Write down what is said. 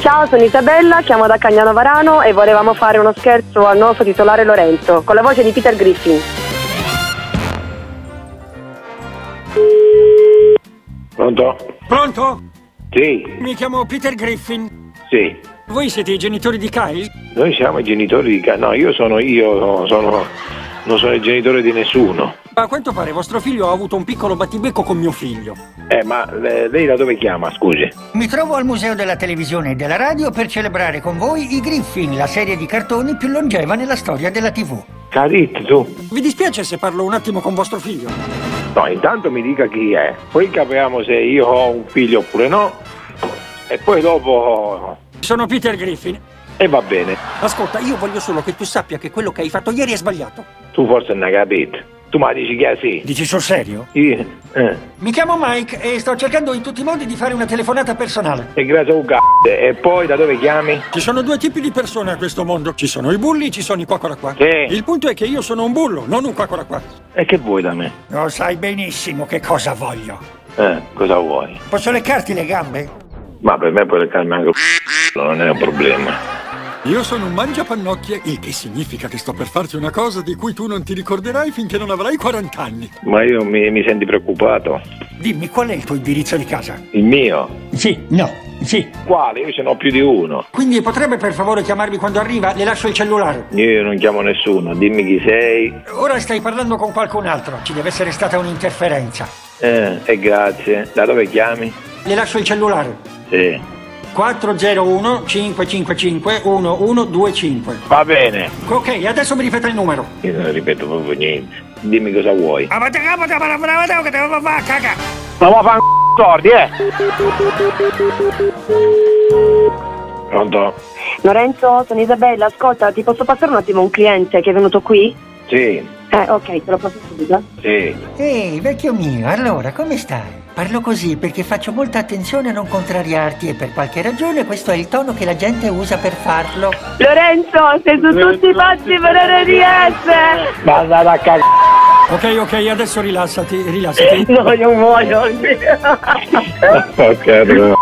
Ciao, sono Isabella, chiamo da Cagnano Varano e volevamo fare uno scherzo al nostro titolare Lorenzo con la voce di Peter Griffin. Pronto? Pronto? Sì, Mi chiamo Peter Griffin. sì. Voi siete i genitori di Kyle? Noi siamo i genitori di... Ca- No, io sono io, sono... non sono il genitore di nessuno. A quanto pare vostro figlio ha avuto un piccolo battibecco con mio figlio. Eh, ma le- lei da dove chiama, scusi? Mi trovo al Museo della Televisione e della Radio per celebrare con voi i Griffin, la serie di cartoni più longeva nella storia della TV. Carit, tu? Vi dispiace se parlo un attimo con vostro figlio? No, intanto mi dica chi è. Poi capiamo se io ho un figlio oppure no. E poi dopo... Sono Peter Griffin. E va bene. Ascolta, io voglio solo che tu sappia che quello che hai fatto ieri è sbagliato. Tu forse non hai capito. Tu mi dici che è sì. Dici sul serio? Io- eh. Mi chiamo Mike e sto cercando in tutti i modi di fare una telefonata personale. E grazie a un c***o. E poi da dove chiami? Ci sono due tipi di persone a questo mondo. Ci sono i bulli, ci sono i quacora qua. Sì. Il punto è che io sono un bullo, non un quacora qua. E che vuoi da me? Lo sai benissimo che cosa voglio. Eh, cosa vuoi? Posso leccarti le gambe? Ma per me puoi leccarmi anche un c***o, non è un problema. Io sono un mangiapannocchie, il che significa che sto per farti una cosa di cui tu non ti ricorderai finché non avrai 40 anni. Ma io mi, mi senti preoccupato. Dimmi qual è il tuo indirizzo di casa? Il mio? Sì, no, sì. Quale? Io ce n'ho più di uno. Quindi potrebbe per favore chiamarmi quando arriva? Le lascio il cellulare. Io non chiamo nessuno, dimmi chi sei. Ora stai parlando con qualcun altro, ci deve essere stata un'interferenza. Eh, e grazie. Da dove chiami? Le lascio il cellulare. Sì. 401 555 1125. Va bene. Ok, adesso mi ripeta il numero. Io non ripeto proprio niente. Dimmi cosa vuoi. Ma caga! Ma va a fare un sordi, eh! Pronto? Lorenzo, sono Isabella, ascolta, ti posso passare un attimo un cliente che è venuto qui? Sì, Eh, ok, te lo passo subito. sì. Ehi, vecchio mio, allora come stai? Parlo così perché faccio molta attenzione a non contrariarti e per qualche ragione questo è il tono che la gente usa per farlo. Lorenzo, sei su tutti i pazzi per RDS! Ma andate a cagare! Ok, ok, adesso rilassati, rilassati. No, non voglio. Porca troia.